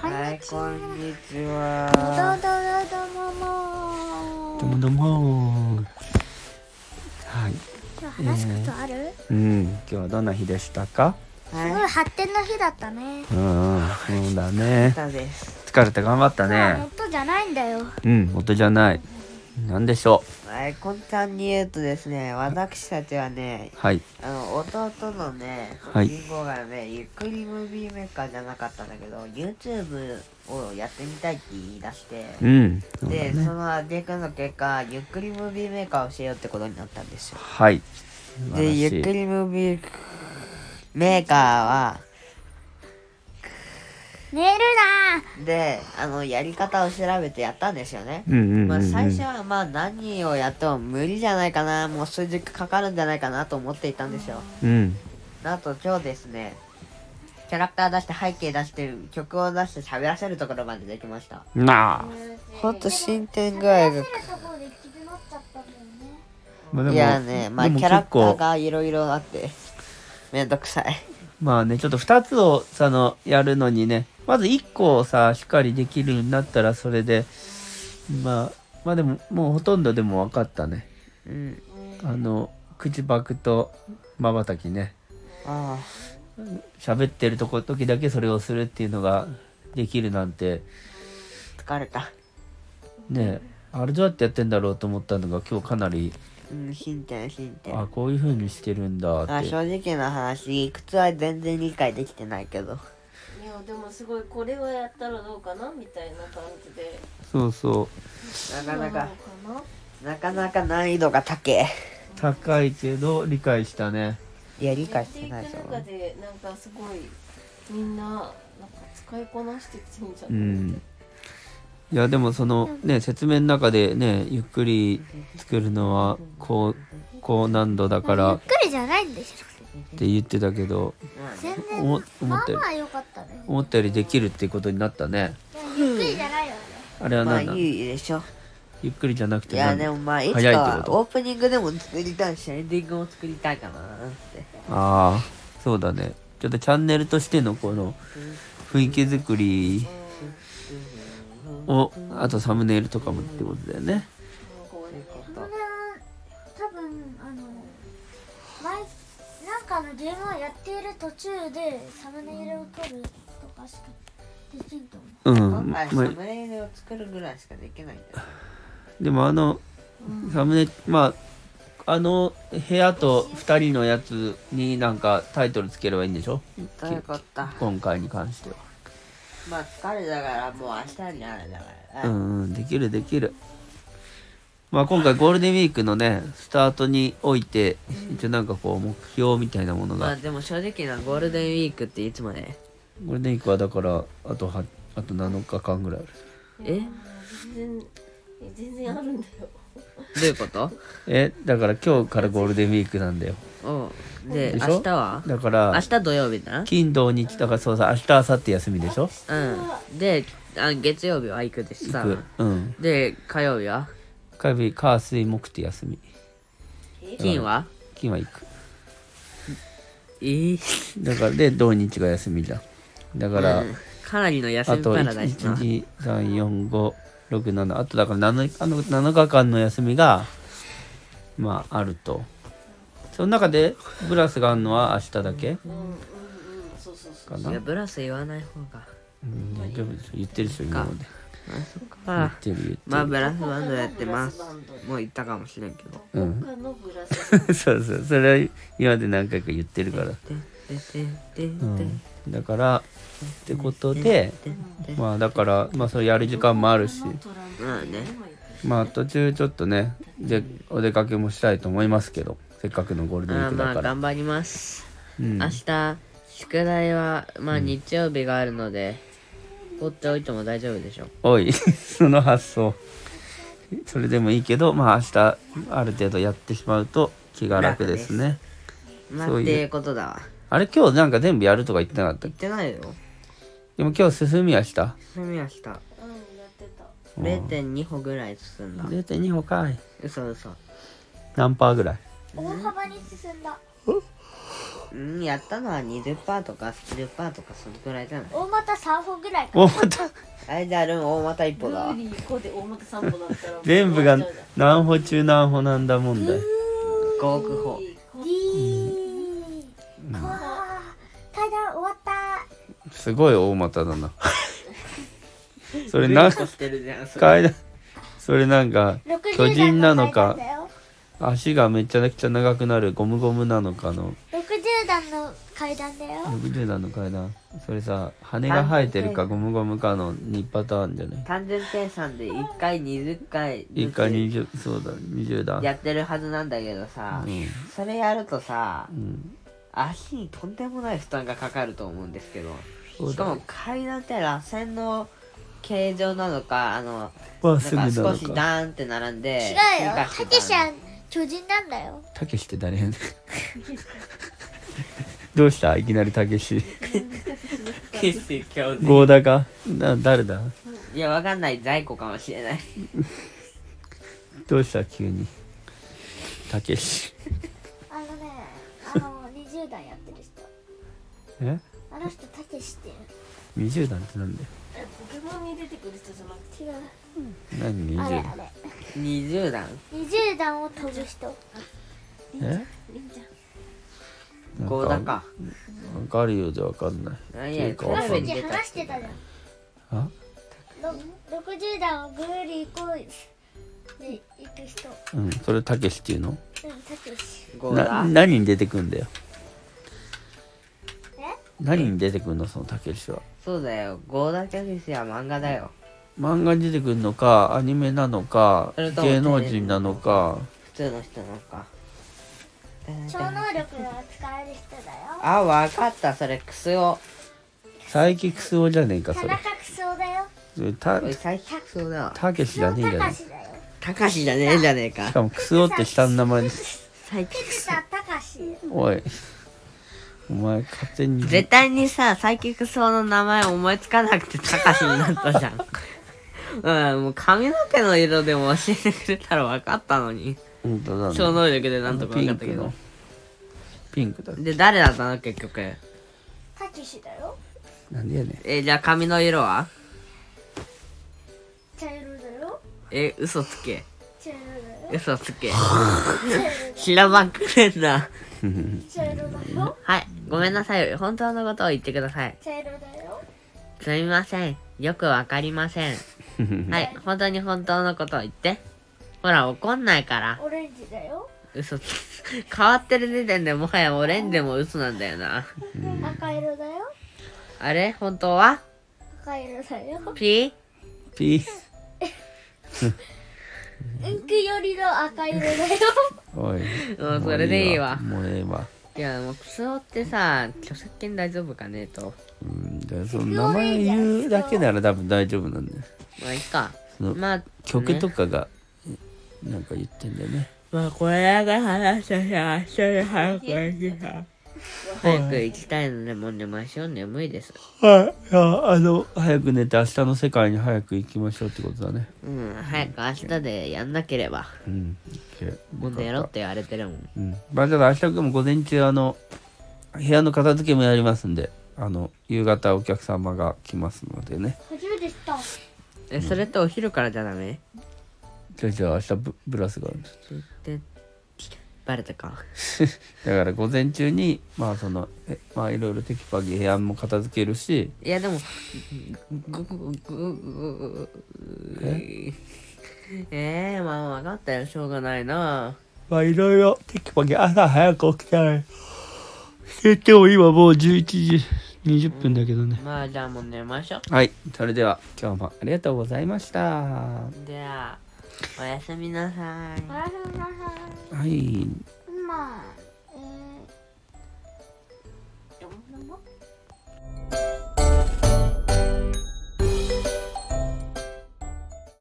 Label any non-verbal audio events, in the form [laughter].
こんにちどどは。どどもどももどもはい今日話すことあるうん今日はどんな日でしたかすはごい。い発展の日だったねうんうんそうだねたです。疲れて頑張ったネねットじゃないんだようん音じゃないなんでしょはい、簡単に言うとですね、私たちはねう、はいあの弟のね、はいリンゴがね、ゆっくりムービーメーカーじゃなかったんだけど、YouTube をやってみたいって言い出して、うんそうだで、ねそのアデ君の結果、ゆっくりムービーメーカーをしようってことになったんですよ。はい素晴らで、しいゆっくりムービーメーカーは、寝るで、あの、やり方を調べてやったんですよね。うんうんうんうんまあ、最初はまあ何をやっても無理じゃないかなもう数時間かかるんじゃないかなと思っていたんですようんなんと今日ですねキャラクター出して背景出して曲を出して喋らせるところまでできましたなあほんと進展具合がなところで行き詰まっちゃったんだよねまあでもいやねまあでキもャラクター結構がいろいろあってめんどくさいまあねちょっと2つをそのやるのにねまず1個をさしっかりできるようになったらそれでまあまあでももうほとんどでも分かったねうんあの口パクとまばたきねあ喋ってるとこ時だけそれをするっていうのができるなんてあ疲れたねあれどうやってやってんだろうと思ったのが今日かなりうん進展進あ展こういう風にしてるんだあって正直な話いくつは全然理解できてないけどいやでもすごいこれはやったらどうかなみたいな感じでそうそうなかなかどうかなかなか難易度が高え高いけど理解したねいや理なや解っしてていくないぞ中でなんかすごいみんななんか使いこなしてきてんじゃ、うんんいやでもそのね説明の中でねゆっくり作るのは高高難度だからゆっっくりじゃないんでしょて言ってたけど全お然も思まっあたよまりあ良かったね思ったよりできるってことになったねゆっくりじゃないよねあれはまあ何いなのいでしょゆっくりじゃなくていや何でもまあいつか早いってこはとオープニングでも作りたいしエンディングも作りたいかなってああそうだねちょっとチャンネルとしてのこの雰囲気作りをあとサムネイルとかもってことだよねこうこれは多分あの毎なんかのゲームをやっている途中でサムネイルを撮るとかしかできんと思ううん今まあ回サムネイルを作るぐらいしかできないんだよでもあのサムネまああの部屋と2人のやつになんかタイトルつければいいんでしょということ今回に関してはまあ疲れたからもう明日になるだからねうんうんできるできるまあ今回ゴールデンウィークのねスタートにおいて一応なんかこう目標みたいなものまあがでも正直なゴールデンウィークっていつまでゴールデンウィークはだからあとはあと7日間ぐらいあるえ全然え全然あるんだよどういうことえだから今日からゴールデンウィークなんだよおうででしょ明日はだか明ら日土曜日だ金土日だからそうさ明日明後日休みでしょなうんであ月曜日は行くでし行さくうんで火曜日は火曜日火水木って休み金は金は行くいいだからで土日が休みだだから、うんかなりの休あみとパラダイスな1234567あとだから7あの7日間の休みがまああるとその中でブラスがあるのは明日だけうんうんうんそうそうそかうないやブラス言わない方がうん大丈夫ですよ言ってるでしょ今まであそっ言かってる言ってる、まあブラスバンドやってますもう言ったかもしれんけどうん他のブラ [laughs] スそうそうそれは今まで何回か言ってるから、ででででうん、だからってことででまあだからまあそれやる時間もあるしトランプまあねまあ途中ちょっとねでお出かけもしたいと思いますけどせっかくのゴールデンウィーあクまだあから、頑張りますうん明日宿題はまあ日曜日があるので放っておいても大丈夫でしょおい [laughs] その発想それでもいいけどまあ明日ある程度やってしまうと気が楽ですねまあそっういうていうことだわあれ今日なんか全部やるとか言ってなかった言っっけてないよでも今日進みはした進みはしたうんやってた0.2歩ぐらい進んだ0.2歩かい嘘嘘何パーぐらい大幅に進んだうんやったのは20%とか10%とかそのくらいじゃない大股3歩ぐらいかおま [laughs] たあれであるん大股一ブ歩だーリー5で大元散歩だったらもう全部が終わっちゃう何歩中何歩なんだ問題5じゃん億歩ブーリー五ディーこわー階段終わったすごい大股だな [laughs] それぐなるんっとかしてるじゃんそれ階段それなんか60巨人なの段のか階段だよ足がめちゃくちゃ長くなるゴムゴムなのかの60段の階段だよ60段の階段それさ羽が生えてるかゴムゴムかの2パターンじゃない単純計算で1回20回ずつ1回20そうだ20段やってるはずなんだけどさ、うんそれやるとさうん足にとんでもない負担がかかると思うんですけどそうしかだも階段って螺旋の形状なのかあのまあすぐななんか少のしかダーンって並んで違うよ進化たしてけしたはの巨人なんだよたけしって誰やねんどうしたいきなりたけし決意表明合田かな誰だいやわかんない在庫かもしれないどうした急にたけしあのねあの [laughs] 20段やってる人えあの人たけしっていう20段ってなんだよえポケモンに出てくる人じゃなくて違う何あれ20あれ20段20段を飛ぶ人え忍者なん5だかわかるようでわかんない何やっていうかわさかっんないクラスき話してたじゃんあろ60段をぐるりこいで行く人うんそれたけしっていうのうんたけし5なだ何に出てくんだよえ何に出てくんのそのたけしはそうだよ5だけですよ漫画だよ漫画に出てくんのかアニメなのかそれとも芸能人なのか普通の人なんか超能力が使える人だよあわかったそれクスオサイキクスオじゃねえかそ田れ中クソだよそれたおい最近クスオだわたけしじゃ超ねえじゃ高ねしだよたかしじゃねえじゃねええしかかもクスオって下の名前です最近藤田高しおいお前勝手に絶対にさ、サイキックソの名前思いつかなくて高しになったじゃん。 [laughs] うん、もう髪の毛の色でも教えてくれたら分かったのに。本当だね超能力でなんとか分ピかっンたクけどの。ピンクだで、誰だったの結局。たけしだよなんでやねんえ、じゃあ髪の色は茶色だよえ、嘘つけ。茶色だよ嘘つけ。茶色だよ知らばっくれんな。 [laughs] 茶色だよはい、ごめんなさい。本当のことを言ってください。茶色だよすみません。よくわかりません。はい、本当に本当のことを言って。ほら、怒んないから。オレンジだよ嘘つ変わってる時点でもはやオレンジも嘘なんだよな赤色だよあれ本当は赤色だよピピーうんくよりの赤色だよおいもうそれでいいわもうええわーいやもうクソってさ著作権大丈夫かねとうんだからその名前言うだけなら多分大丈夫なんだよまあいいかそのまあ曲とねかが、なんか言ってんだよねまあこれが話してさ一緒に早く行きたい早く行きたいのでもう寝ましょう眠いですはいいやあの早く寝て明日の世界に早く行きましょうってことだねうん早く明日でやんなければうんもう寝ろって言われてるもんうんまあちょっと明日でも午前中あの部屋の片付けもやりますんであの夕方お客様が来ますのでね [laughs] 初めて知 [laughs] ったえそれってお昼からじゃダメじゃあじゃあ明日ブブラスがあるんですでバレたかだから午前中にまあそのえまあいろいろテキパキ部屋も片付けるしいやでも、ぐぐぐぐぐええー、まあ分かったよ、しょうがないな。まあいろいろテキパキ朝早く起きたらえても今もう11時20分だけどね、まあじゃあもう寝ましょう。はいそれでは今日もありがとうございましたはでは、おやすみなさい。あららららい